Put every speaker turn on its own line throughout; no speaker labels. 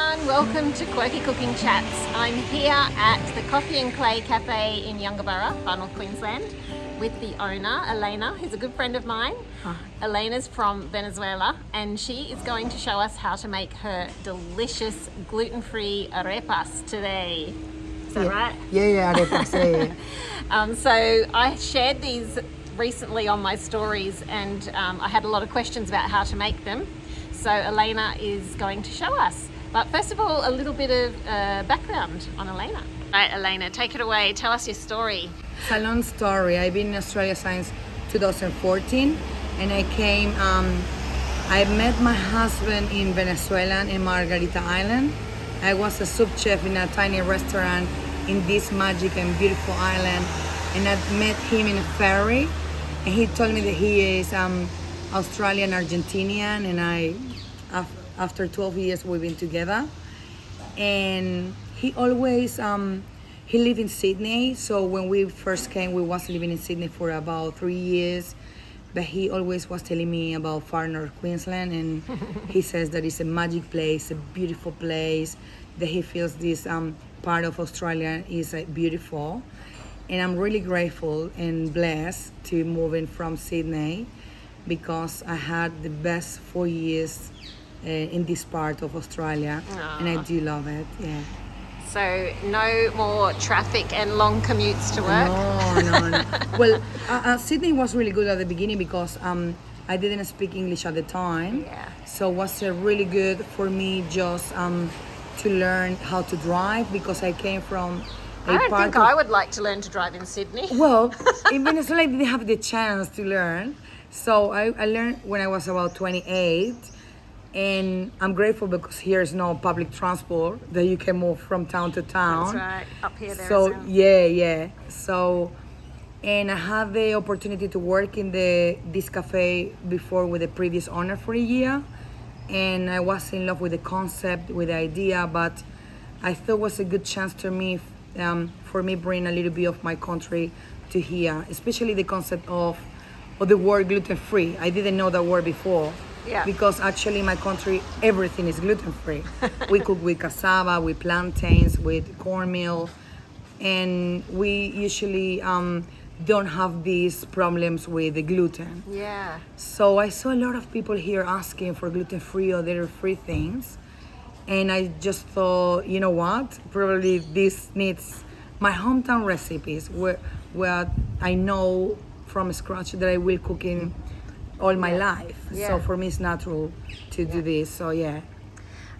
welcome to Quirky Cooking Chats. I'm here at the Coffee and Clay Cafe in Youngabara, far north Queensland, with the owner, Elena, who's a good friend of mine. Elena's from Venezuela, and she is going to show us how to make her delicious gluten free arepas today. Is that right?
Yeah, yeah, arepas. Yeah, yeah.
Um, so I shared these recently on my stories, and um, I had a lot of questions about how to make them. So Elena is going to show us. But first of all, a little bit of uh, background on Elena. Right, Elena, take it away. Tell us your story.
It's a long story. I've been in Australia since 2014, and I came. Um, I met my husband in Venezuela in Margarita Island. I was a sous chef in a tiny restaurant in this magic and beautiful island, and I met him in a ferry, and he told me that he is um, Australian Argentinian, and I, af- after 12 years, we've been together and he always um, he lived in Sydney. So when we first came, we was living in Sydney for about three years. But he always was telling me about far north Queensland, and he says that it's a magic place, a beautiful place. That he feels this um, part of Australia is uh, beautiful, and I'm really grateful and blessed to moving from Sydney because I had the best four years uh, in this part of Australia, and I do love it. Yeah.
So, no more traffic and long commutes to work.
No, no, no. well, uh, uh, Sydney was really good at the beginning because um, I didn't speak English at the time.
Yeah.
So it was uh, really good for me just um, to learn how to drive because I came from a
I don't
part
think
of
I would like to learn to drive in Sydney.
well, in Venezuela, I didn't have the chance to learn. So I, I learned when I was about 28. And I'm grateful because here is no public transport that you can move from town to town.
right. Up here there
So,
isn't.
yeah, yeah. So, and I had the opportunity to work in the this cafe before with the previous owner for a year. And I was in love with the concept, with the idea, but I thought it was a good chance to me um, for me bring a little bit of my country to here, especially the concept of, of the word gluten free. I didn't know that word before.
Yeah.
Because actually, in my country, everything is gluten free. we cook with cassava, with plantains, with cornmeal, and we usually um, don't have these problems with the gluten.
Yeah.
So I saw a lot of people here asking for gluten free or dairy free things. And I just thought, you know what? Probably this needs my hometown recipes where, where I know from scratch that I will cook in all my life.
Yeah.
So for me, it's natural to do this. So yeah.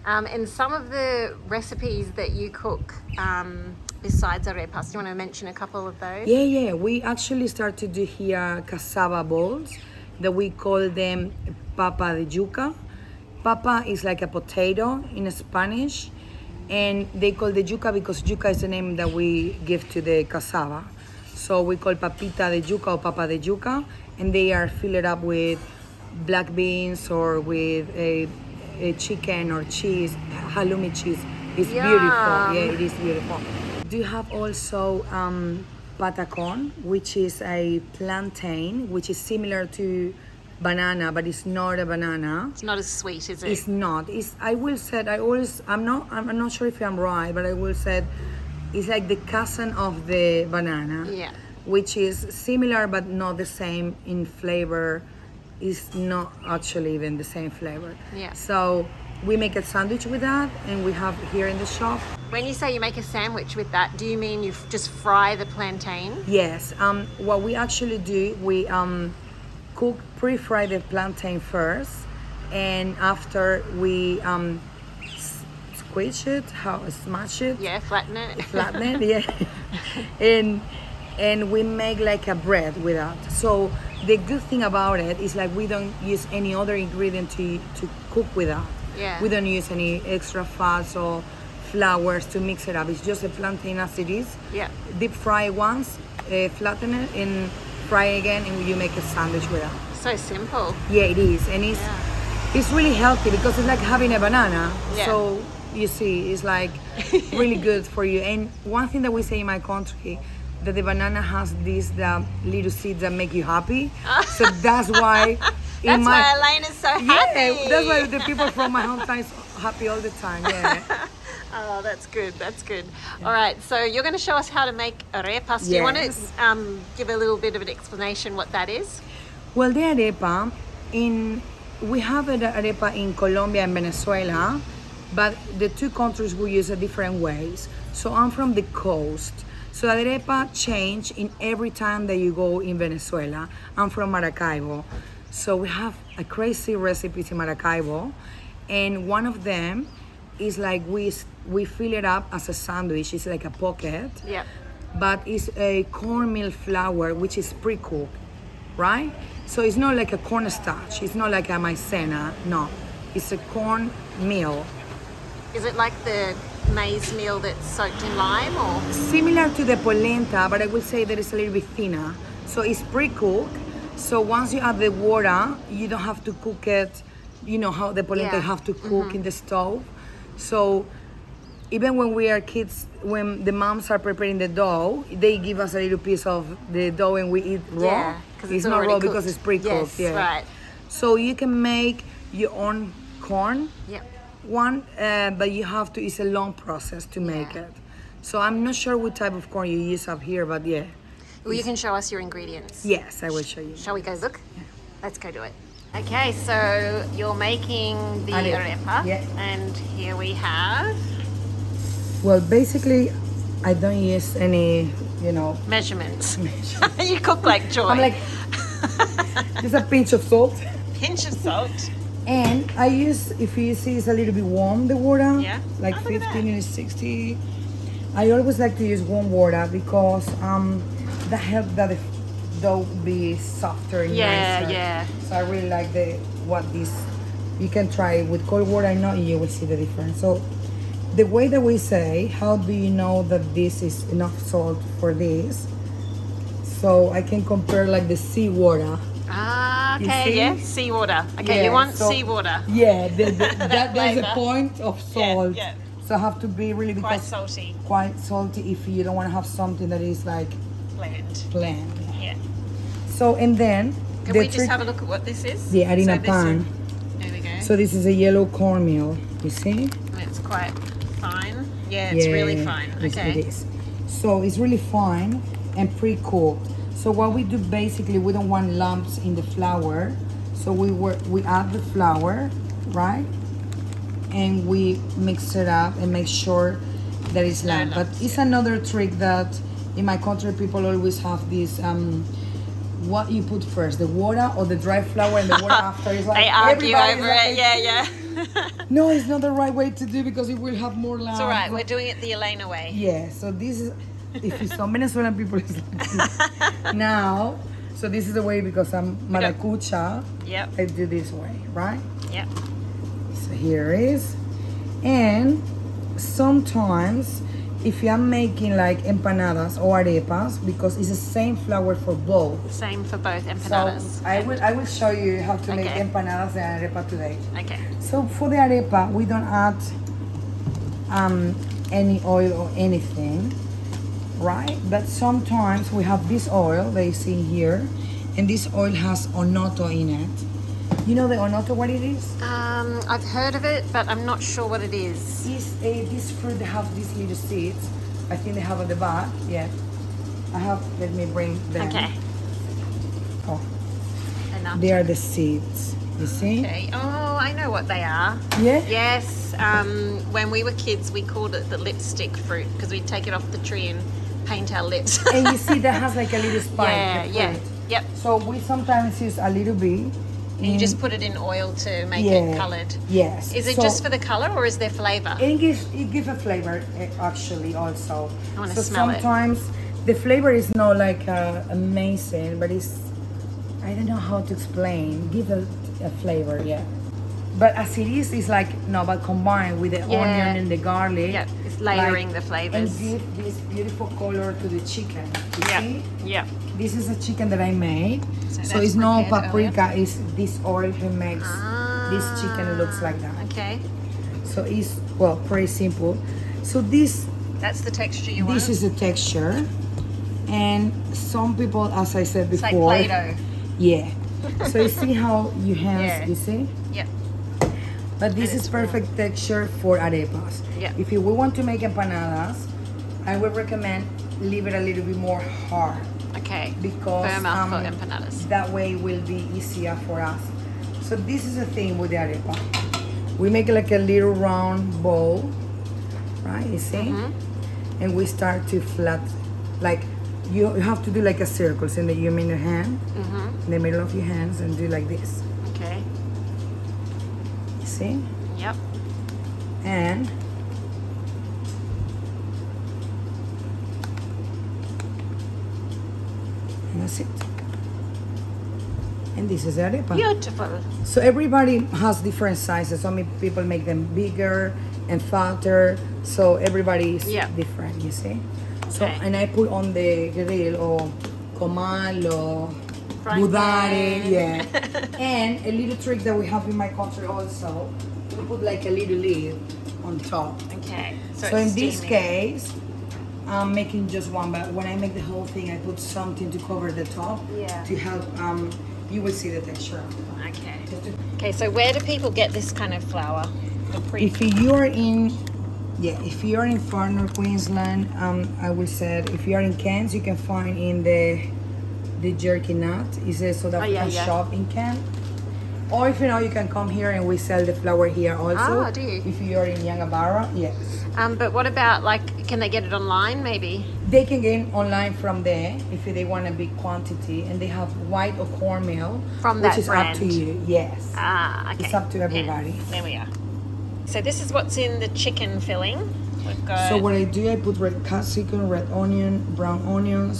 Um, and some of the recipes that you cook um, besides arepas, do you want to mention a couple of those?
Yeah, yeah. We actually started to do here cassava balls that we call them papa de yuca. Papa is like a potato in Spanish, and they call the yuca because yuca is the name that we give to the cassava. So we call papita de yuca or papa de yuca, and they are filled up with black beans or with a, a chicken or cheese, halloumi cheese. It's beautiful.
Yum.
Yeah, it is beautiful. Do you have also um, patacon, which is a plantain, which is similar to banana, but it's not a banana.
It's not as sweet, is it?
It's not. It's. I will said. I always. I'm not. I'm I'm not sure if I'm right, but I will said. It's like the cousin of the banana.
Yeah.
Which is similar but not the same in flavor. It's not actually even the same flavor.
Yeah.
So we make a sandwich with that, and we have here in the shop.
when you say you make a sandwich with that, do you mean you f- just fry the plantain?
Yes. Um, what we actually do, we um, cook pre-fry the plantain first, and after we um, s- squish it, how smash it,
Yeah, flatten it.
flatten it, yeah, and and we make like a bread with that. So the good thing about it is like we don't use any other ingredient to to cook with that.
Yeah.
We don't use any extra fats or flours to mix it up. It's just a plantain as it is
Yeah.
deep fry once, uh, flatten it, and fry again, and you make a sandwich with that.
So simple.
Yeah, it is, and it's it's really healthy because it's like having a banana.
Yeah.
So you see, it's like really good for you. And one thing that we say in my country that the banana has these the little seeds that make you happy. so that's why. in
That's
my-
why Elena's so happy.
yeah, that's why the people from my hometown is happy all the time. Yeah.
Oh, that's good. That's good. All right. So you're going to show us how to make arepas. Do you want
Yes.
to um, give a little bit of an explanation what that is?
Well, the arepa in we have an arepa in Colombia and Venezuela, but the two countries we use it different ways. So I'm from the coast. So arepa change in every time that you go in Venezuela. I'm from Maracaibo. So we have a crazy recipes in Maracaibo and one of them is like we s- we fill it up as a sandwich. It's like a pocket
Yep.
but it's a cornmeal flour which is pre-cooked, right? So it's not like a cornstarch. It's not like a maizena. No, it's a corn meal,
Is it like the maize meal that's soaked in lime or?
similar to the polenta, but I will say that it's a little bit thinner. So it's pre-cooked. So once you add the water, you don't have to cook it. You know how the polenta
Yeah. Mm-hmm.
have to cook in the stove. So even when we are kids, when the moms are preparing the dough, they give us a little piece of the dough and we eat raw.
Yeah, 'cause it's
not raw
already
because
cooked.
it's pre-cooked.
Yes,
yeah.
right.
So you can make your own corn.
Yep.
One, uh, but you have to. It's a long process to make
Yeah.
it. So I'm not sure what type of corn you use up here, but yeah.
Well, you can show us your ingredients.
Yes, I will show you.
Shall we go look? Let's go do it. Okay, so you're making the
Arepa.
arepa,
Yeah.
and here we have
Well, basically, I don't use any. You know,
measurements. you cook like joy.
Mm. I'm like just a pinch of salt.
pinch of salt.
And I use, if you see, it's a little bit warm the water,
Yeah.
like
Oh, look at
15 minutes, 60. I always like to use warm water because um, that helps that the dough be softer and
Yeah,
nicer.
yeah.
So I really like the what this. You can try it with cold water. I know you will see the difference. So the way that we say, how do you know that this is enough salt for this? So I can compare like the sea water.
Ah,
You
okay,
see?
yeah, seawater. Okay,
Yeah,
you want
so- Mm.
seawater.
Yeah, the, the, that, there's a
flavor.
point of salt.
yeah.
So have to be really
Quite
because
salty
quite salty if you don't want to have something that is like
blend.
plain.
Yeah.
So and then
Can
the
we just
trick-
have a look at what this is?
The harina
this
pan.
is- There we go.
so this is a yellow cornmeal. You see?
it's quite fine. Yeah, it's really
Yeah,
fine.
yes,
Okay.
It is. So it's really fine and pre-cooked. So what we do basically, we don't want lumps in the flour. So we work, we add the flour, right? And we mix it up and make sure that it's
No
lump. But
lumps,
it's another trick that in my country people always have this. Um, what you put first, the water or the dry flour and the water after? It's like
They argue
everybody's
over
like,
it. Yeah, yeah.
No, it's not the right way to do because it will have more lumps.
It's all right. We're doing it the Elena way.
Yeah, so this is if you saw Venezuelan people it's like this. now. So this is the way because I'm maracucha.
Yep.
I do this way, right?
Yep.
So here is. And sometimes if you are making like empanadas or arepas, because it's the same flour for both.
Same for both empanadas.
So I will I will show you how to make
Okay.
empanadas and arepa today.
okay.
So for the arepa, we don't add um, any oil or anything, right? But sometimes we have this oil that you see here, and this oil has onoto in it. You know the onoto, what it is?
Um, I've heard of it, but I'm not sure what it is.
It's a, this fruit that have these little seeds. I think they have at the back, yeah. I have, let me bring them.
Okay.
Oh,
Enough.
they are the seeds, you see?
Okay. Oh, I know what they are.
Yeah?
Yes. Um, when we were kids, we called it the lipstick fruit because we'd take it off the tree and paint our lips.
And you see that has like a little spike.
yeah.
the
Yeah.
fruit.
Yep.
So we sometimes use a little bit.
And you just put it in oil to make it coloured.
Yes.
Is it
So
just for the colour or is there flavour?
It gives it gives a flavor eh, actually also.
I wanna
so
smell it.
sometimes the flavor is not like uh, amazing, but it's I don't know how to explain. Give a, a flavor, yeah. But as it is, it's like no, but combined with the
Yeah.
onion and the garlic.
Yep, it's layering the flavors.
And give this beautiful color to the chicken. You
Yeah.
see?
Yeah.
This is a chicken that I made. So,
So
it's
that's Oh,
no
prepared
paprika, it's this oil that makes this
Ah.
chicken looks like that.
Okay.
So it's well pretty simple. So this
That's the texture you want.
this is the texture, and some people, as I said
it's like
before,
Play-Doh.
yeah. So you see how your hands,
Yeah.
you see,
Yep.
But this is perfect texture for arepas.
Yeah.
If you, we want to make empanadas, I would recommend leave it a little bit more hard
Okay.
because um,
Firmer for empanadas.
that way will be easier for us. So this is the thing with the arepa. We make like a little round bowl, right? You see,
Mm-hmm.
and we start to flat, like you you have to do like a circle, so that you mean your hand,
Mm-hmm.
in the middle of your hands, and do like this.
Okay.
You see,
Yep.
and and that's it. And this is the arepa.
Beautiful.
So everybody has different sizes. Some peop- people make them bigger and fatter. So everybody is
Yeah.
different, you see. So
Okay.
and I put on the grill or comal or
Frying
budare,
pan.
yeah. and a little trick that we have in my country also, we put like a little lid on top.
Okay. So,
So,
it's
in this
steaming.
case, I'm making just one, but when I make the whole thing, I put something to cover the top
Yeah.
to help. Um, you will see the texture.
Okay.
Just to
Okay. So where do people get this kind of flour? The pre.
if you are in yeah if you are in far north queensland um i will say if you are in cairns you can find in the the jerky nut is a south
Oh, yeah,
african
yeah.
shop in cairns or if you know you can come here and we sell the flour here also
Ah, do you?
if you are in yangabara yes
Um, but what about like? Can they get it online? Maybe.
they can get online from there if they want a big quantity and they have white or cornmeal
From
which
that
is up to
brand.
you yes
Ah. Okay.
It's up to
Yeah,
everybody.
There we are. So this is what's in the chicken filling. We've got.
So what I do, I put red capsicum, red onion, brown onions,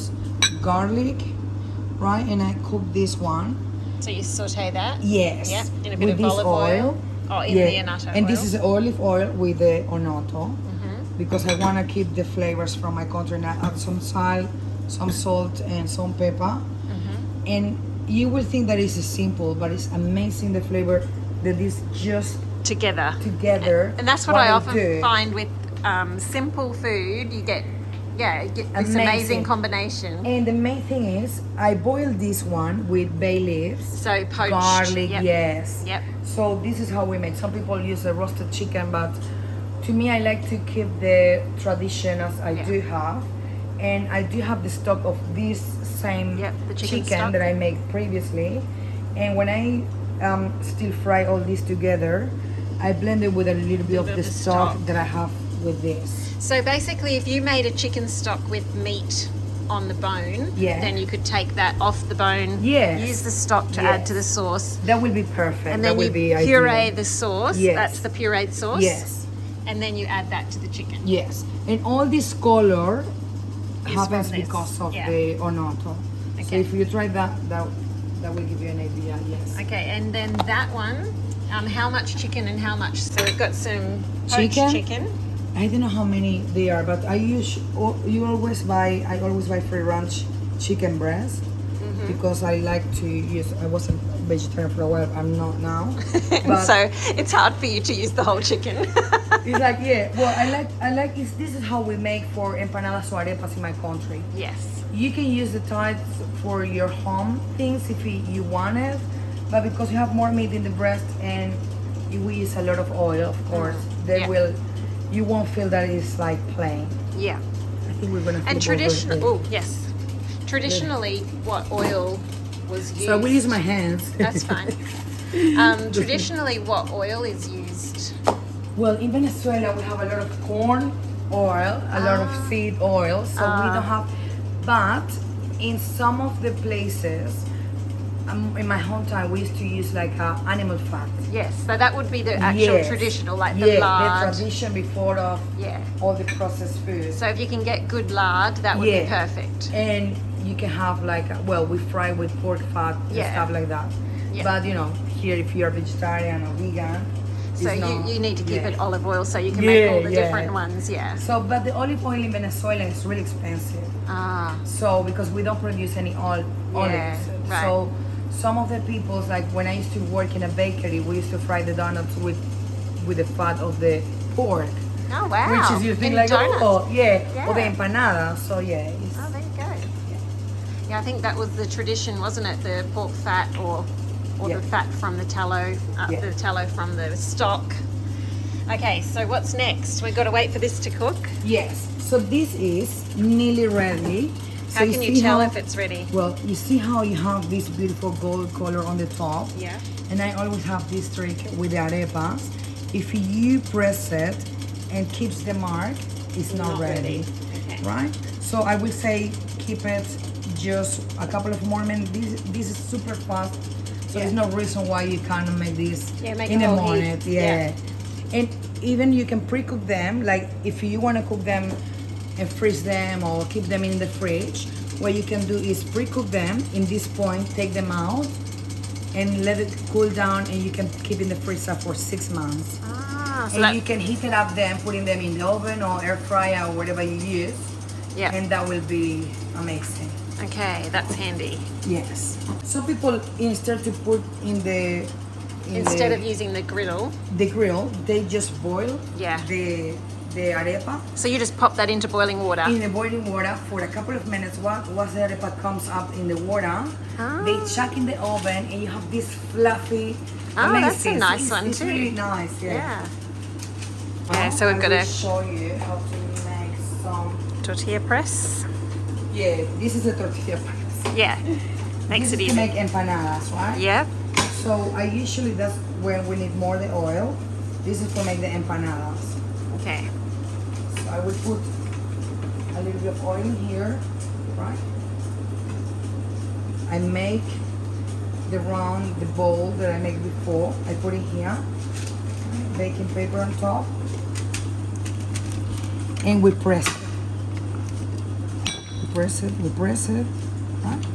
garlic, right? And I cook this one.
So you saute that?
Yes.
Yeah, in a bit
with
of
this
olive oil. Oh, in the annatto
And this
oil. Mm-hmm.
is olive oil with the onoto because I want to keep the flavors from my country. And I add some salt, some salt, and some pepper.
Mm-hmm.
And you will think that it's simple, but it's amazing the flavor that is just
Together.
together.
And that's what, I often
do.
find with um, simple food. You get, yeah, you get this amazing,
Amazing.
combination.
And the main thing is, I boiled this one with bay leaves,
So poached.
garlic,
yep.
yes.
Yep.
So this is how we make. Some people use a roasted chicken, but to me, I like to keep the tradition as I
Yeah.
do have, and I do have the stock of this same
Yep, the chicken stock.
that I made previously. And when I um, still fry all this together, I blend it with a little bit of
bit
the
of the
stock
stock.
that I have with this.
So basically, if you made a chicken stock with meat on the bone,
Yeah.
then you could take that off the bone,
Yes.
use the stock to add
Yes.
to the sauce,
That will be perfect.
and
that
then
will
you
be
puree
ideal.
the sauce.
Yes.
That's the pureed sauce.
Yes.
And then you add that to the chicken.
Yes, and all this color
Is
happens
from this,
because of
yeah.
the onoto. So
Okay.
if you try that, that that will give you an idea. Yes.
Okay, and then that one, um, how much chicken and how much? So we've got some poached
Chicken?
chicken.
I don't know how many they are, but I use oh, you always buy. I always buy free ranch chicken breast
Mm-hmm.
because I like to use. I was a vegetarian for a while. I'm not now. But
so it's hard for you to use the whole chicken.
it's like yeah. Well, I like I like. It's, this is how we make for empanadas or arepas in my country.
yes.
You can use the thighs for your home things if you you want it, but because you have more meat in the breast and we use a lot of oil, of course, they
Mm-hmm. Yeah.
will. You won't feel that it's like plain.
Yeah.
I think we're gonna.
And
flip over
traditional.
it.
Oh yes. Traditionally, what oil was used?
So I will use my hands.
That's fine. Um, traditionally, what oil is used?
well, in Venezuela we have a lot of corn oil, a lot
Ah.
of seed oil, so we don't have. But in some of the places, um, in my hometown, we used to use like uh, animal fat.
Yes. So that would be the actual
Yes.
traditional, like
yeah,
the lard.
the tradition before of
Yeah.
all the processed foods.
so if you can get good lard, that would be
Yeah.
perfect.
And you can have like uh, well, we fry with pork fat and
Yeah.
stuff like that.
Yeah.
But you know, here if you're vegetarian or vegan,
So
it's not-
you, you need to keep
yeah.
it olive oil so you can make
Yeah,
all the
yeah.
different ones. Yeah.
So, but the olive oil in Venezuela is really expensive.
Ah.
So because we don't produce any oil,
Yeah,
olives.
right.
So some of the people's like when I used to work in a bakery, we used to fry the donuts with with the fat of the pork.
Oh wow.
Which is you think
And
like
donuts.
oh yeah, or the
Yeah.
empanada. So yeah, it's,
Oh, there you go. Yeah, I think that was the tradition, wasn't it? The pork fat or or the
Yeah.
fat from the tallow, uh,
Yeah.
the tallow from the stock. Okay, so what's next? We've got to wait for this to cook.
Yes. So this is nearly ready.
How
so
can you
see
tell
how-
if it's ready?
Well, you see how you have this beautiful gold color on the top?
Yeah.
And I always have this trick with the arepas. If you press it and keeps the mark, it's not,
Not ready.
ready.
Okay.
Right? So I will say keep it just a couple of more minutes. This, this is super fast. So there's
Yeah.
no reason why you can't make this
Yeah, make
in
a
the
whole heap.
morning.
Yeah.
Yeah. And even you can pre-cook them, like if you want to cook them and freeze them or keep them in the fridge, what you can do is pre-cook them in this point, take them out and let it cool down and you can keep in the freezer for six months.
Ah, so
and
that-
you can heat it up then, putting them in the oven or air fryer or whatever you use.
Yeah.
And that will be amazing.
okay, that's handy.
Yes. Some people instead to put in the in
Instead
the,
of using the griddle,
the grill, they just boil
Yeah.
the the arepa
so you just pop that into boiling water.
in the boiling water for a couple of minutes. Once, once the arepa comes up in the water, they
Ah.
chuck in the oven and you have this fluffy.
Oh,
amazing.
that's a
it's-
nice
it's,
one
it's
too.
Really nice. Yeah. Oh,
yeah. Yeah, so we've
I
got
will
a-
show you how to make some.
Tortilla press.
Yeah, this is a tortilla. press.
Yeah. Makes
This
it easy.
is to make empanadas, right?
Yeah.
So I usually that's where we need more the oil. This is to make the empanadas.
Okay.
So I will put a little bit of oil in here, right? I make the round, the bowl that I make before. I put it here. Baking paper on top. And we press it. We press it, we press it, right?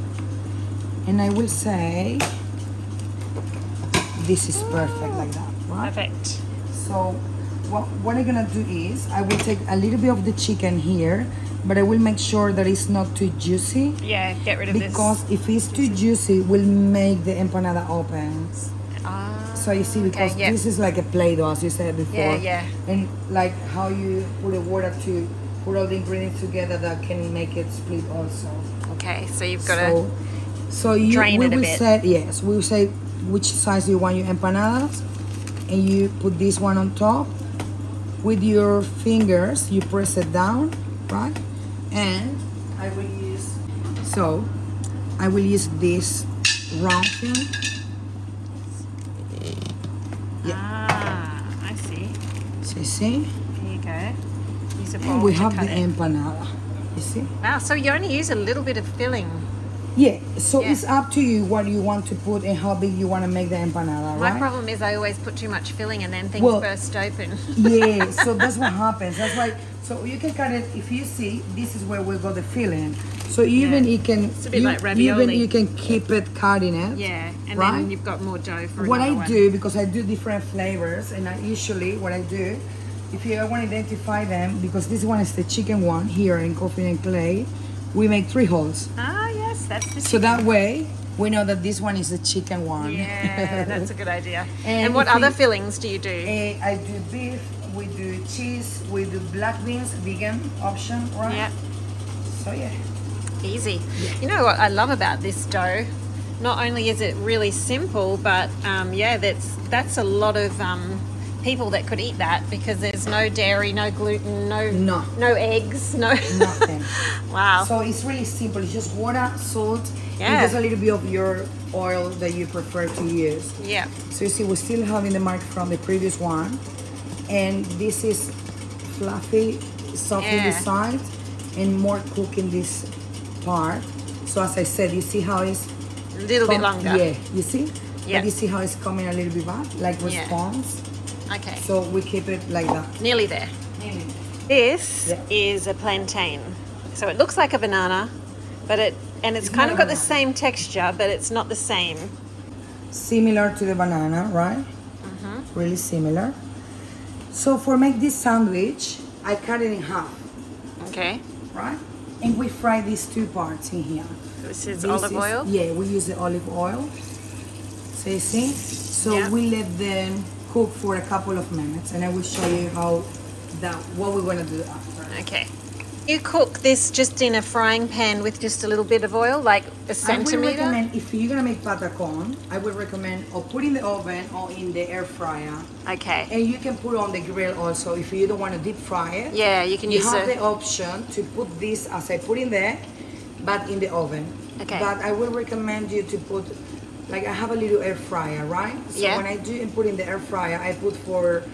And I will say, this is perfect like that, right?
Perfect.
So what, what I'm gonna do is I will take a little bit of the chicken here, but I will make sure that it's not too juicy
Yeah, get rid of
because if it's too juicy, will make the empanada open.
this. Ah.
So you see, because
okay, yeah.
this is like a play-doh, as you said before.
yeah.
And like how you put the water to put all the ingredients together that can make it split also.
Okay, so you've got
so,
to.
so you
drain
we
it a
will
bit.
say yes. We will say which size you want your empanadas, and you put this one on top. With your fingers, you press it down, right? And I will use. So, I will use this round thing.
Ah, I see.
So you see,
There you go. Use a bowl
and we
to
have
Oh, cut
the
it.
empanada. You see.
Wow, so you only use a little bit of filling.
Yeah, so
Yeah.
it's up to you what you want to put and how big you want to make the empanada,
My
right?
problem is I always put too much filling and then things
Well-
burst open.
yeah, so that's what happens. That's why. So you can cut it if you see. This is where we got the filling. So even
Yeah.
you can
It's a bit
you-
like
even
ravioli.
you can keep it cutting it.
Yeah, and
Right?
then you've got more dough for
What
another
I
one.
do because I do different flavors, and I usually what I do, if you want to identify them, because this one is the chicken one here in coffee and clay, we make three holes.
Ah, yes, that's the
So that way we know that this one is the chicken one.
Yeah, that's a good idea. And,
And
what
if
other
we-
fillings do you do?
Eh, I do beef, we do cheese, we do black beans, vegan option, right?
Yeah,
So yeah.
easy. You know what I love about this dough? Not only is it really simple, but um, yeah, that's that's a lot of um, people that could eat that because there's no dairy, no gluten, no
No.
no eggs, no
Nothing.
wow.
So it's really simple. It's just water, salt,
Yeah.
and just a little bit of your oil that you prefer to use.
yeah.
So you see, we're still having the mark from the previous one, and this is fluffy, soft in the
Yeah.
side, and more cook in this part. So as I said, you see how it's
A little bit
com-
longer.
Yeah, you see.
Yeah.
But you see how it's coming a little bit back, like
Yeah.
response.
Okay.
So we keep it like that.
Nearly there. This
Yeah.
is a plantain. So it looks like a banana, but it and it's,
It's
kind of
not a
got the same
banana.
texture, but it's not the same.
Similar to the banana, right?
Mm-hmm.
Really similar. So for make this sandwich, I cut it in half,
Okay.
right? And we fry these two parts in here.
This is
This
olive
is-
oil.
Yeah, we use the olive oil. So you see? So
Yeah.
we let them cook for a couple of minutes and I will show you how that what we're gonna do after.
Okay. You cook this just in a frying pan with just a little bit of oil, like a
I would
centimeter.
recommend if you're gonna make patacon, I would recommend or put in the oven or in the air fryer,
Okay.
and you can put on the grill also if you don't want to deep fry it.
Yeah, you can
You
use
have
the-
the option to put this as I put in there, but in the oven.
Okay.
But I would recommend you to put, like I have a little air fryer, right? So
Yeah.
when I do and put in the air fryer, I put for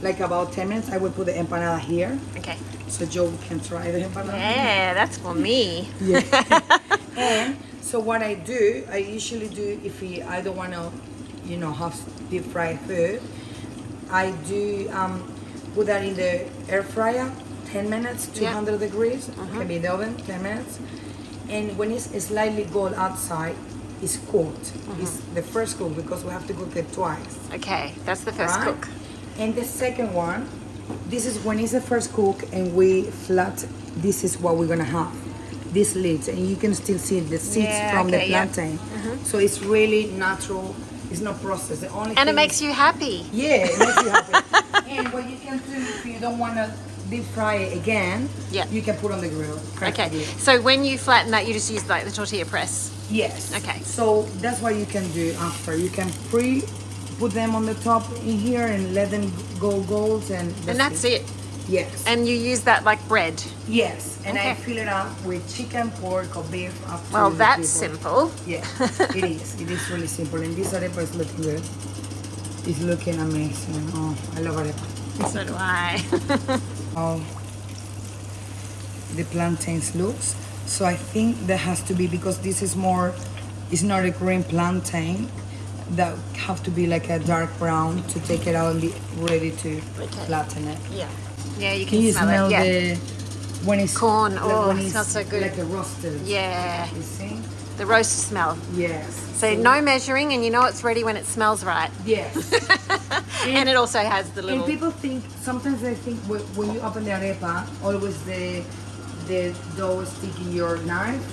like about 10 minutes. I will put the empanada here,
Okay.
so Joe can try the empanada.
Yeah, that's for me.
And so what I do, I usually do if we- I don't want to, you know, have deep fried food, I do um, put that in the air fryer, 10 minutes, 200 degrees, can be in the oven, 10 minutes. And when it's slightly cold outside, it's cooked. It's the first cook because we have to cook it twice.
Okay, that's the first
right?
cook.
And the second one, this is when it's the first cook and we flat, this is what we're gonna have. These leaves, and you can still see the seeds
Yeah,
from the
okay, yeah. Mm-hmm.
plantain. So it's really natural, it's not processed. The only
And it
thing
makes you happy.
yeah, it makes you happy. and what you can do if you don't want to deep fry it again,
Yeah.
you can put on the grill.
Okay.
practically.
So when you flatten that, you just use like the tortilla press.
Yes.
Okay.
So that's what you can do after. You can pre put them on the top in here and let them go gold and that's,
And that's it.
Yes.
And you use that like bread.
yes. And I
Okay.
fill it up with chicken, pork, or beef. Up to
Well,
the
that's
people.
simple.
Yeah, it is. It is really simple. And this arepa is looking good. It's looking amazing. Oh, I love arepa.
So do I.
how the plantains looks. So I think there has to be because this is more, it's not a green plantain. That have to be like a dark brown to take it out and be ready to
Okay.
flatten it.
yeah. Yeah, you can
Can you
smell,
smell
it. Yeah.
the when it's
Corn,
like
oh,
when
it
it's
smells so good.
Like a roasted.
yeah.
You see?
The roast smell.
Yes.
So no measuring, and you know it's ready when it smells right.
Yes.
And it also has the
And
little.
people think sometimes they think when, when you open the arepa, always the the dough is sticking your knife,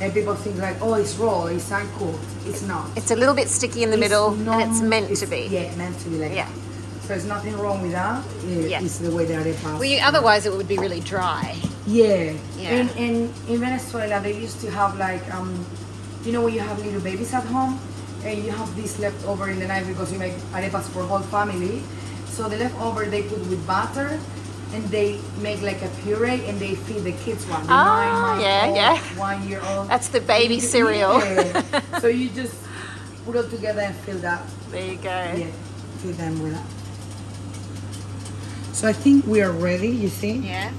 and people think like, oh, it's raw, it's uncooked. It's not.
It's a little bit sticky in the
It's
middle,
not-
and it's meant to be.
Yeah, meant to be like.
Yeah.
That. So there's nothing wrong with that. It-
Yeah.
It's the way the arepa.
Well, you, otherwise it would be really dry.
yeah.
Yeah.
In, in in Venezuela, they used to have like um, you know, when you have little babies at home, and you have this leftover in the night because you make arepas for whole family. So the leftover they put with butter, and they make like a puree, and they feed the kids one. The
Ah,
nine month
yeah,
old,
yeah.
One year old.
That's the baby
Yeah.
cereal.
so you just put it together and fill that
There you go.
yeah, feed them with that. So I think we are ready, you see?
Yeah,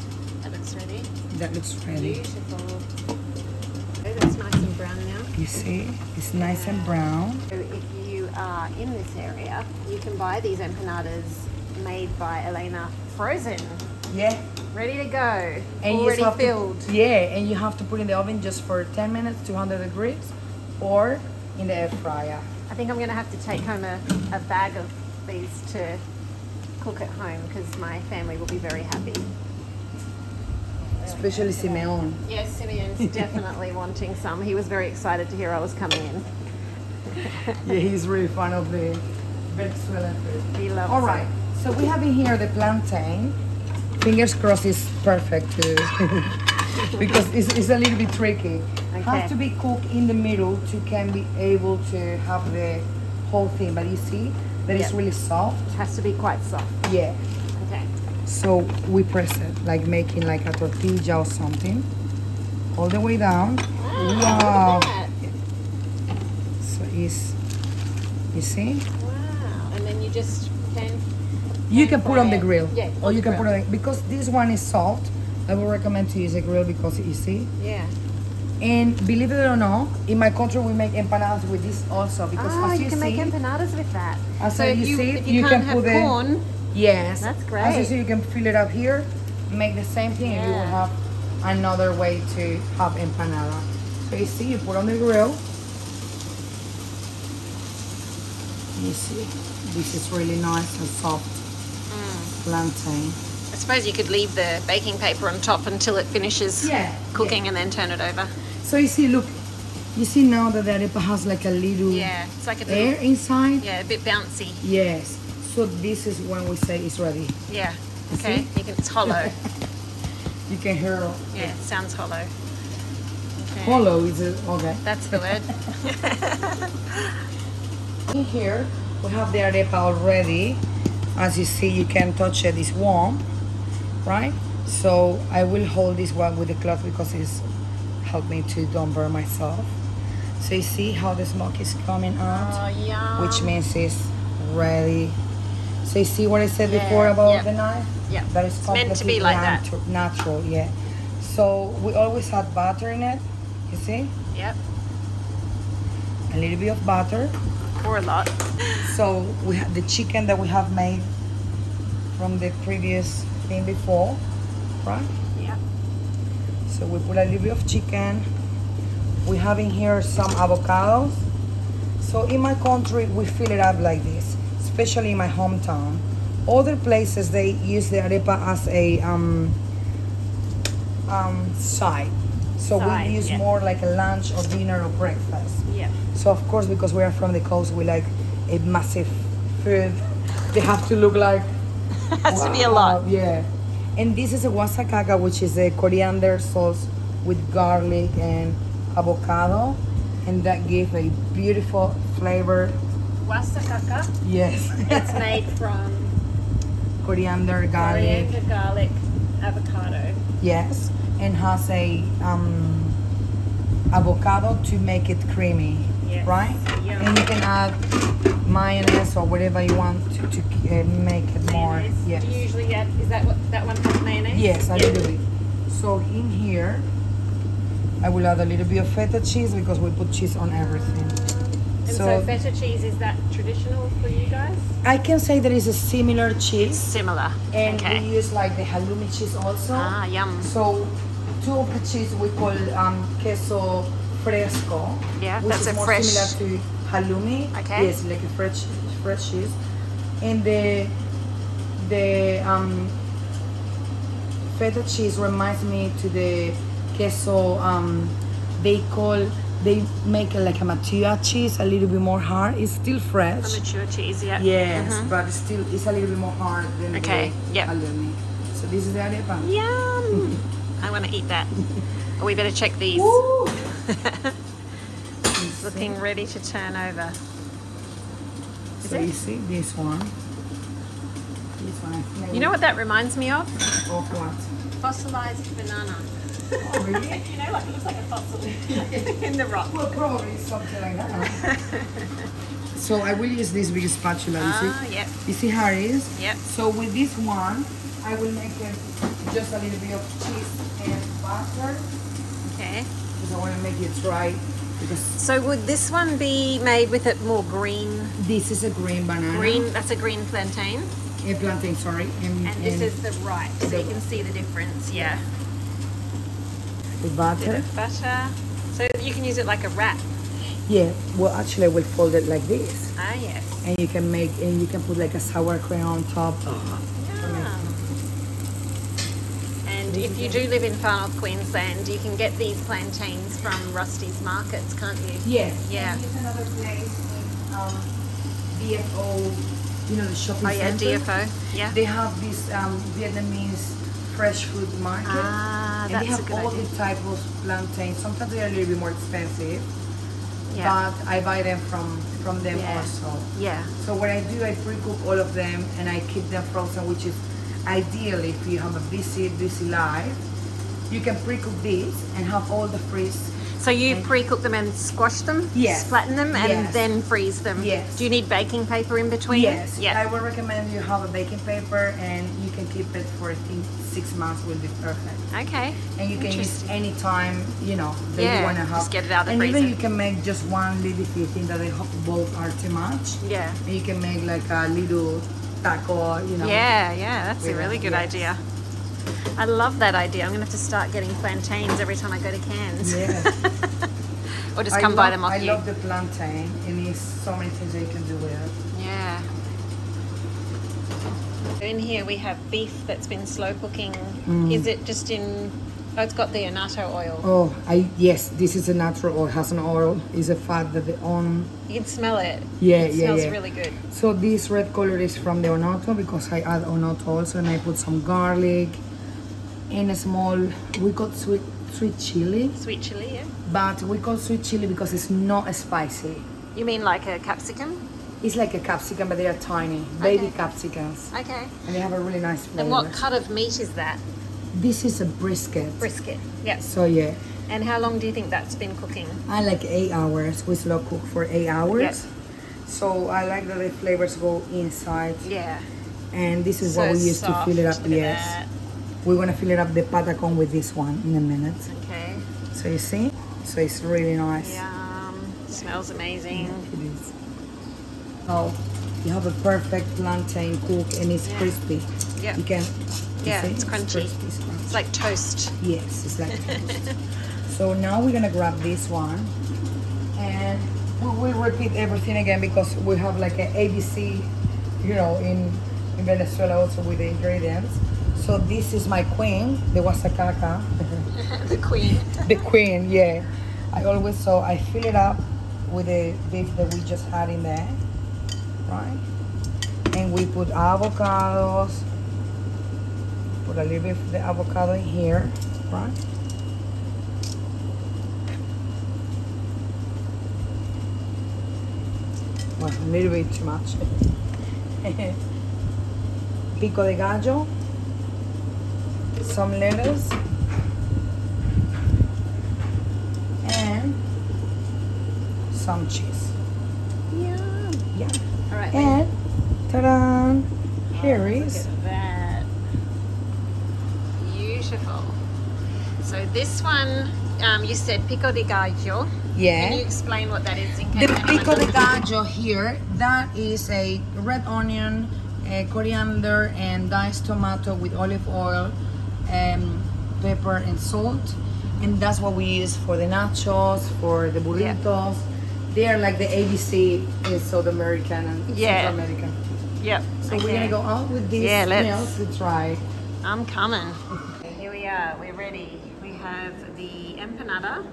that looks ready.
That looks ready.
Beautiful. Oh, that's nice and brown now.
You see? It's nice and brown.
So if you are in this area, you can buy these empanadas made by Elena frozen,
Yeah.
ready to go,
you just
already
have to-
filled.
yeah, and you have to put in the oven just for 10 minutes, 200 degrees, or in the air fryer.
I think I'm going to have to take home a, a bag of these to cook at home because my family will be very happy.
Especially Simeon.
Yes, Simeon's definitely wanting some. He was very excited to hear I was coming in.
Yeah, he's really fond of the Venezuelan food.
He loves
All right, so we have in here the plantain. Fingers crossed it's perfect too, because it's, it's a little bit tricky.
Okay.
Has to be cooked in the middle to can be able to have the whole thing. But you see that it's
Yeah.
really soft.
It has to be quite soft.
Yeah.
Okay.
So we press it like making like a tortilla or something, all the way down.
Wow. Look at
So it's you see.
that. Wow. And then you just can.
You can put on the
fry it.
grill.
Yeah.
Or you can put on because this one is soft. I would recommend to use a grill because it's easy.
Yeah.
And believe it or not, in my country we make empanadas with this also because
Ah,
as
you,
you,
can
see,
make empanadas with that.
as
so
you
you,
see,
if you, can't have
put the
corn.
yes.
That's
As you
great.
see, you can fill it up here, make the same thing, and you will
Yeah.
have another way to have empanada. So you see, you put on the grill. You see, this is really nice and soft
Mm.
plantain.
I suppose you could leave the baking paper on top until it finishes
Yeah,
cooking and then turn it over.
So you see, look, you see now that the arepa has like a little
Yeah, it's like a little,
air inside.
yeah, a bit bouncy.
Yes. So this is when we say it's ready.
Yeah.
You
Okay.
see?
You can, it's hollow.
You can hear
Yeah, it sounds hollow. Okay.
hollow. Is it okay?
That's the word.
In here, we have the arepa already. As you see, you can touch it, it's warm, right? So I will hold this one with the cloth because it's helped me to don't burn myself. So you see how the smoke is coming
Oh,
out,
yeah.
which means it's ready. So you see what I said
Yeah,
before about
yeah.
the knife?
Yeah.
That is
It's meant to be
completely
like that.
natu- Natural, yeah. So we always add butter in it, you see?
Yep.
A little bit of butter.
Or a lot.
So we have the chicken that we have made from the previous thing before, right?
Yeah.
So we put a little bit of chicken. We have in here some avocados. So in my country, we fill it up like this, especially in my hometown. Other places they use the arepa as a um, um, side. So
Side,
we use
yeah.
more like a lunch or dinner or breakfast.
Yep.
So of course, because we are from the coast, we like a massive food. They have to look like
Has to be a
wow,
lot.
Yeah. And this is a wasakaka, which is a coriander sauce with garlic and avocado, and that gives a beautiful flavor.
Wasakaka.
Yes.
It's made from
coriander, garlic.
coriander, garlic, avocado.
Yes, and has a um, avocado to make it creamy,
Yes,
right?
yum.
And you can add mayonnaise or whatever you want to, to uh, make it more.
Mayonnaise.
Yes.
Do you usually get, is that what, that one has mayonnaise?
Yes, a
Yeah.
little bit. So in here, I will add a little bit of feta cheese because we put cheese on everything.
And so,
So-
feta cheese, is that traditional for you guys?
I can say there is a similar cheese,
Similar.
and we use like the halloumi cheese also.
Ah, yum.
So two of the cheese we call um, queso fresco.
Yeah,
which
that's
is
a
more
fresh-
similar to halloumi.
Okay.
Yes, like a fresh fresh cheese. And the the um, feta cheese reminds me to the queso. Um, they call they make it like a matua cheese, a little bit more hard. It's still fresh.
A mature cheese, yeah.
Yes, but it's still it's a little bit more hard than
Okay,
the
yep.
halloumi. So this is the arepa.
Yum! I want to eat that. Oh, we better check these.
Woo!
Looking ready to turn over.
So you see this one. This one. I think
You know what that reminds me of?
Of what?
Fossilized banana.
really?
You know, like it looks like a fossil in the rock.
Well, probably something like that. so I will use this big spatula. You
Ah,
see?
yep.
You see how it is?
Yep.
So with this one, I will make it just a little bit of cheese and butter
Okay.
because I want to make it dry. Because
So would this one be made with it more green?
this is a green banana.
Green. That's a green plantain,
A plantain, sorry. And,
and this is the ripe, so you can see the difference. Yeah.
the
Bit
butter.
of butter. So you can use it like a wrap.
Yeah. Well, actually, I will fold it like this.
Ah, yes.
and you can make and you can put like a sour cream on top. Mm-hmm.
Yum. And if you do live in far north Queensland, you can get these plantains from Rusty's Markets, can't you?
Yes.
Yeah.
It's another place in um, DFO, you know the shopping
Oh yeah,
center.
DFO. Yeah.
They have this um, Vietnamese fresh food market,
Ah,
and they
that's a
have
good
all
idea.
the type of plantains. Sometimes they are a little bit more expensive,
Yeah.
but I buy them from from them
Yeah.
also.
Yeah.
So what I do, I pre-cook all of them and I keep them frozen, which is ideal if you have a busy, busy life. You can pre-cook these and have all the freeze.
So you pre-cook them and squash them,
Yes.
flatten them, and
Yes.
then freeze them.
Yes.
Do you need baking paper in between?
Yes,
Yeah.
I would recommend you have a baking paper and you can keep it for I think six months will be perfect.
Okay.
And you can use
Interesting.
any time, you know, that
Yeah,
you want to have.
just get it out of the
And even
freezer.
you can make just one little if you think that the hot balls are too much.
Yeah.
And you can make like a little taco, you know.
Yeah, yeah, that's a
Yeah,
really good
yes.
idea. I love that idea. I'm going to have to start getting plantains every time I go to Cairns.
Yeah.
Or just
I
come buy
love-
them off
I
you.
love the plantain, and it's so many things that you can do with it.
Yeah. In here we have beef that's been slow cooking.
Mm.
Is it just in... Oh, it's got the annatto oil.
Oh, I yes, this is a natural oil, has an oil, is a fat that the on.
You can smell it.
Yeah,
It
yeah,
smells
yeah.
really good.
So this red color is from the onoto because I add onoto also, and I put some garlic, and a small, we call sweet, sweet chili,
Sweet chili, yeah.
but we call sweet chili because it's not spicy.
You mean like a capsicum?
It's like a capsicum, but they are tiny, baby
Okay.
capsicums.
Okay.
And they have a really nice flavor.
And what cut of meat is that?
This is a brisket.
Brisket. Yes.
So yeah,
And how long do you think that's been cooking?
I like eight hours. We slow cook for eight hours.
Yes.
So I like that the flavors go inside.
Yeah.
And this is
So
what we use
soft.
to fill it up.
Look at
Yes. We're gonna fill it up the patacon with this one in a minute.
that. Okay.
So you see? So it's really nice.
Yum. Smells amazing.
It is. Oh, you have a perfect plantain cook and it's
Yeah.
crispy.
Yeah.
You can. you
Yeah,
see?
it's crunchy.
crispy, it's crunchy.
It's like toast.
Yes, it's like toast. so now we're gonna grab this one and we will repeat everything again because we have like an ABC, you know, in, in Venezuela also with the ingredients. So this is my queen, the guasacaca.
the queen.
the queen, yeah. I always so I fill it up with the beef that we just had in there, right? And we put avocados. Put a little bit of the avocado in here, right? Well, a little bit too much. Pico de gallo, some lettuce, and some cheese.
Yum.
Yeah.
All right. wait.
And ta-da! Here
Look
is
at that. Beautiful. So this one, um, you said pico de gallo. Can you
yeah.
explain what that is in
The
case anyone
pico de
doesn't-
gallo here. That is a red onion, uh, coriander, and diced tomato with olive oil, um, pepper, and salt. And that's what we use for the nachos, for the
Yeah.
burritos. They are like the ABC in South American and
Yeah.
Central America.
Yep.
So
okay.
we're gonna go out with these
Yeah, let's-
meals to try.
I'm coming. Here we are. We're ready. We have the empanada.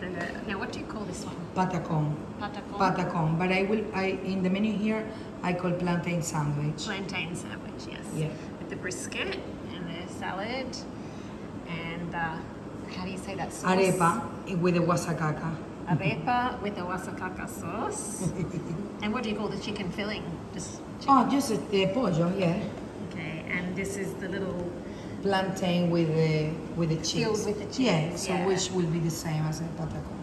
The, now, what do you call this one?
Patacon.
Patacon.
patacon, but I will. I in the menu here, I call plantain sandwich.
Plantain sandwich. Yes.
Yeah.
With the brisket and the salad and the, how do you say that? Sauce?
Arepa with a guasacaca.
arepa with the wasakaka sauce. and what do you call the chicken filling? Just
Oh, just the pollo, yeah.
okay. And this is the little
Plantain with the with the cheese.
Filled with the cheese,
Yeah, so
yeah.
which will be the same as a patacon.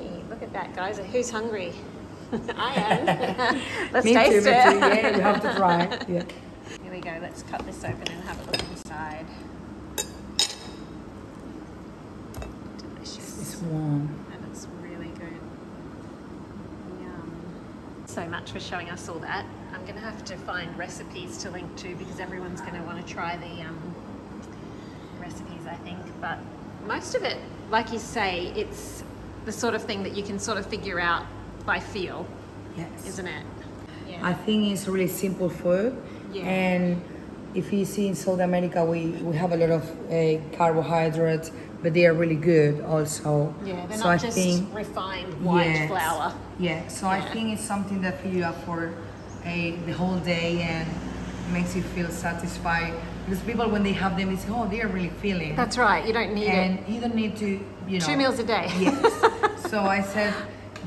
Hey, look at that, guys. Who's hungry? I am. Let's
me
taste
too,
it.
me too. Yeah, you have to try. Yeah.
Here we go. Let's cut this open and have a look inside.
It's
Delicious.
warm.
And it's really good. Yum. So much for showing us all that. I'm going to have to find recipes to link to because everyone's going to want to try the um, recipes, I think. But most of it, like you say, it's the sort of thing that you can sort of figure out by feel,
Yes.
isn't it?
I think it's really simple food.
Yeah.
And if you see in South America, we, we have a lot of uh, carbohydrates, but they are really good also.
Yeah, they're
so
not
I
just
think
refined white
Yes.
flour.
Yeah, so I
Yeah.
think it's something that fill you up for a, the whole day and makes you feel satisfied. Because people, when they have them, they say, oh, they are really feeling.
That's right. You don't need
and you don't need to, you know.
Two meals a day.
Yes. so I said,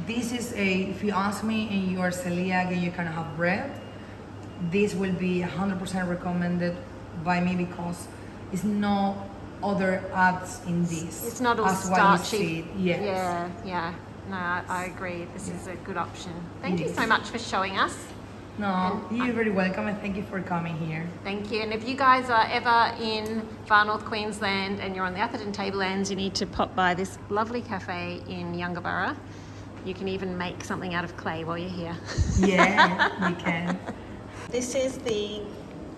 this is a, if you ask me and you are celiac and you cannot have bread, this will be 100% recommended by me because it's no other ads in this.
it. It's not all
as What you see.
starchy.
Yes.
Yeah, yeah. No, I, I agree. This is a good option. Thank you
Yes.
so much for showing us.
No, you're very welcome and thank you for coming here.
Thank you. And if you guys are ever in far north Queensland and you're on the Atherton Tablelands, you need to pop by this lovely cafe in Youngabara. You can even make something out of clay while you're here.
Yeah, you can.
This is the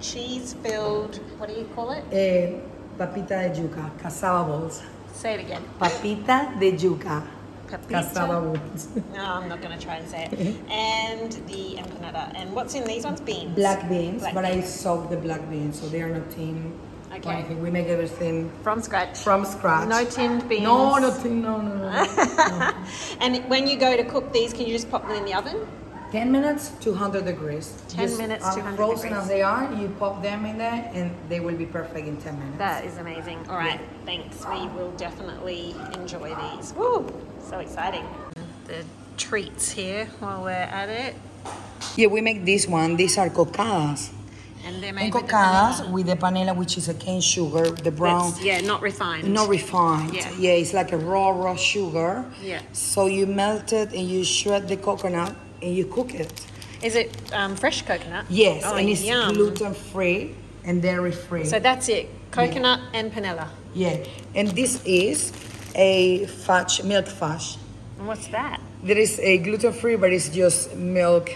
cheese filled, what do you call it?
Eh, papita de yuca, cassava balls.
Say it again.
Papita de yuca, cassava
Papita.
balls.
No, I'm not going to try and say it. and the empanada. And what's in these ones? Beans.
Black beans,
Black
but I
beans.
soak the black beans, so they are not tin. or
Okay.
anything. We make everything
From scratch.
from scratch.
No tinned beans.
No, no tin, no, no, no.
and when you go to cook these, can you just pop them in the oven?
10 minutes, 200 degrees.
10 minutes,
uh,
200
Frozen
degrees.
as they are, you pop them in there and they will be perfect in 10 minutes.
That is amazing. All right, thanks. We will definitely enjoy these. Woo! So exciting. The treats here while we're at it.
Yeah, we make this one. These are cocadas.
And they're made
And
with the
cocadas
banana.
with the panela, which is a cane sugar, the brown.
That's- yeah, not refined.
Not refined.
Yeah.
it's like a raw, raw sugar.
Yeah.
So you melt it and you shred the coconut and you cook it.
Is it um, fresh coconut?
Yes,
Oh,
and it's
yum.
gluten free and dairy free.
So that's it. Coconut and panela.
yeah, and this is a fudge, milk fudge.
And what's that?
There is a gluten free, but it's just milk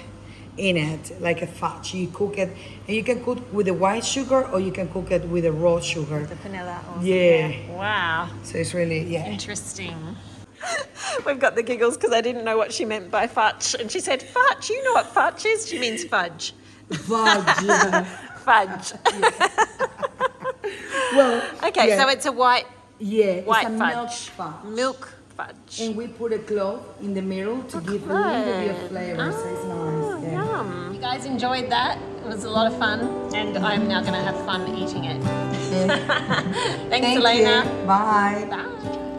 in it, like a fudge. You cook it, and you can cook with the white sugar or you can cook it with the raw sugar.
The panela. Or
Yeah.
Wow.
So it's really yeah.
Interesting. We've got the giggles because I didn't know what she meant by fudge. And she said, fudge, you know what fudge is? She means fudge.
Fudge.
Fudge.
well,
Okay,
yeah.
so it's a white
yeah,
white
it's a
fudge.
milk fudge.
Milk fudge.
And we put a clove in the middle to give a little bit of flavor, so it's nice. yeah.
Ah, Yum. You guys enjoyed that. It was a lot of fun, and I'm now going to have fun eating it. Thanks,
Thank
Elena.
you. Bye.
Bye.